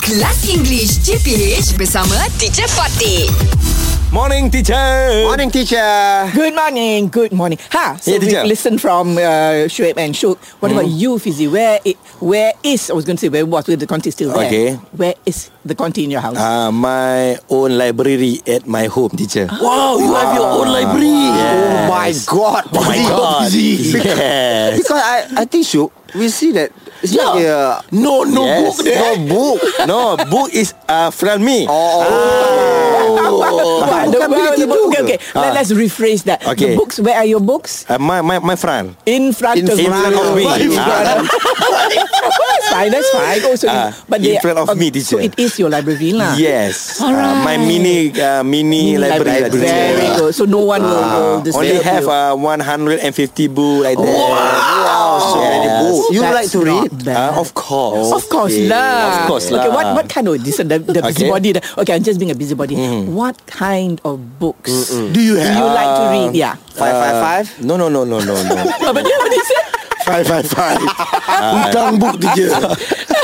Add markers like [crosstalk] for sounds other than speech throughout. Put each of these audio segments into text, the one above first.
Kelas English CPH bersama Teacher Fatih. Morning teacher Morning teacher. Good morning, good morning. Ha, so Yeah, we teacher. Mm-hmm. listen from uh, Shoaib and Shook. What about you, Fizzy? Where it, where is? I was going to say where was. Where the conti still there? Okay. Where is the conti in your house? Uh, my own library at my home teacher. Wow you have your own library Oh my god. Oh my god. Yes. Because I I think so we see that it's yeah. like a No no book there No book. no, book is uh, from me. What? [laughs] The- bukan bila well, the tidur book- ke? okay, okay. Let, Ah. let's rephrase that. Okay. The books. Where are your books? Uh, my my my friend. In front In of you. front [laughs] of me. [laughs] In front of- that's fine. That's fine. Oh, so Ah, but in they- um, front of me, teacher. So it is your library lah. Yes. Alright. Uh, my mini uh, mini, library. lah, teacher. Very good. So no one will, will Uh, disturb Only you. have uh, 150 book like that. Oh, Wow So many Yes. books You That's like to not read? bad. Uh, of course. Of course Okay. lah. Of course lah. Okay, what what kind of this, the, the Okay. busybody? the- Okay, I'm just being a busybody. What kind of books do you have? Do you like to read? Yeah. Oh, Five five five? Uh, No no no no no [laughs] no. Apa dia? Apa dia say? Five five five Hutang book teacher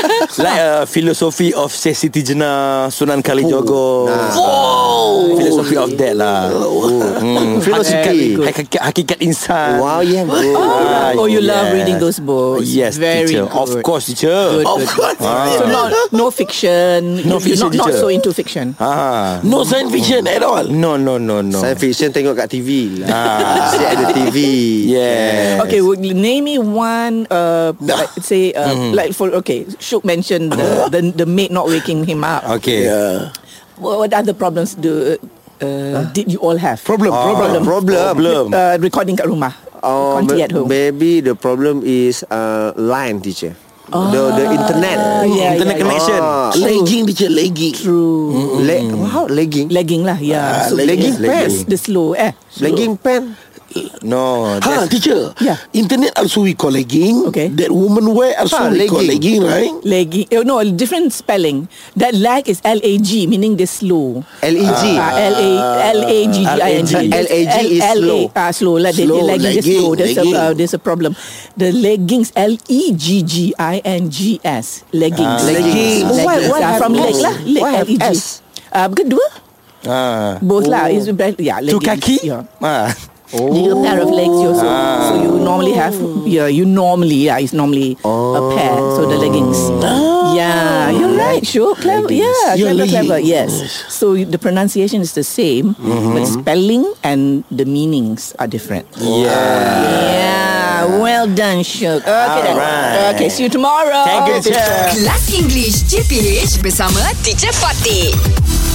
Uh, [laughs] like a philosophy of Sesi Tijana, Sunan Oh, Kalijogo. Wow. Philosophy of that lah. Oh. Mm. [laughs] Philosophy. hakikat, hakikat insan. Wow yeah bro Ah, Oh, you love yes. reading those books. Yes, very teacher. Good. Of course, teacher. Ah. Good, Of good. course. So not no fiction. Uh. No You're fiction, Not, not teacher. so into fiction. Ah. No science fiction at all No, no, no, no. Science fiction tengok kat TV ah. [laughs] Sit at the TV Yes. Okay, well, name me one. Uh, like, say uh, like for okay, Shook mentioned the, the the maid not waking him up. Okay. Yeah. What, what other problems do uh, did you all have? Problem, problem, problem. Problem. Uh, recording kat rumah. Oh, Conti ma- at home. maybe the problem is uh, line teacher. The the Hmm, internet. Ah. ya, yeah, Internet yeah, connection. Ah. Legging teacher Legging True. Hmm, Le- how legging? Legging lah, yeah. Ah, legging pants. pants. The slow, eh. Legging pen. No. Ha that's- teacher Ya. Yeah. Internet also we call legging Okay. That woman wear Ah, also we call legging. legging right Legging. Oh, no, different spelling. That lag is L-A-G, meaning they slow. L E G. Ah, L-A, L-A-G-G-I-N-G. L-A-G is L- L-A, slow. Ah, slow. Like they, Slow, they legging, is legging, slow. There's a, legging. uh, there's a problem. The leggings, E L-E-G-G-I-N-G-S. Leggings. Leggings. Why, why Leggings. Why have from have leg lah. S? Leg, Why have L-E-G. S? Ah, kedua? Ah. Both lah. It's better. Yeah, Two kaki? leggings. Yeah. Ah. Your pair of legs you also so you normally have yeah you normally yeah it's normally a pair so the leggings yeah you're right sure clever yeah Your clever clever leggings. yes so the pronunciation is the same but spelling and the meanings are different Yeah. yeah well done Shuk okay then Alright. okay see you tomorrow Thank you, teacher. Kelas English CPH bersama Teacher Fatih.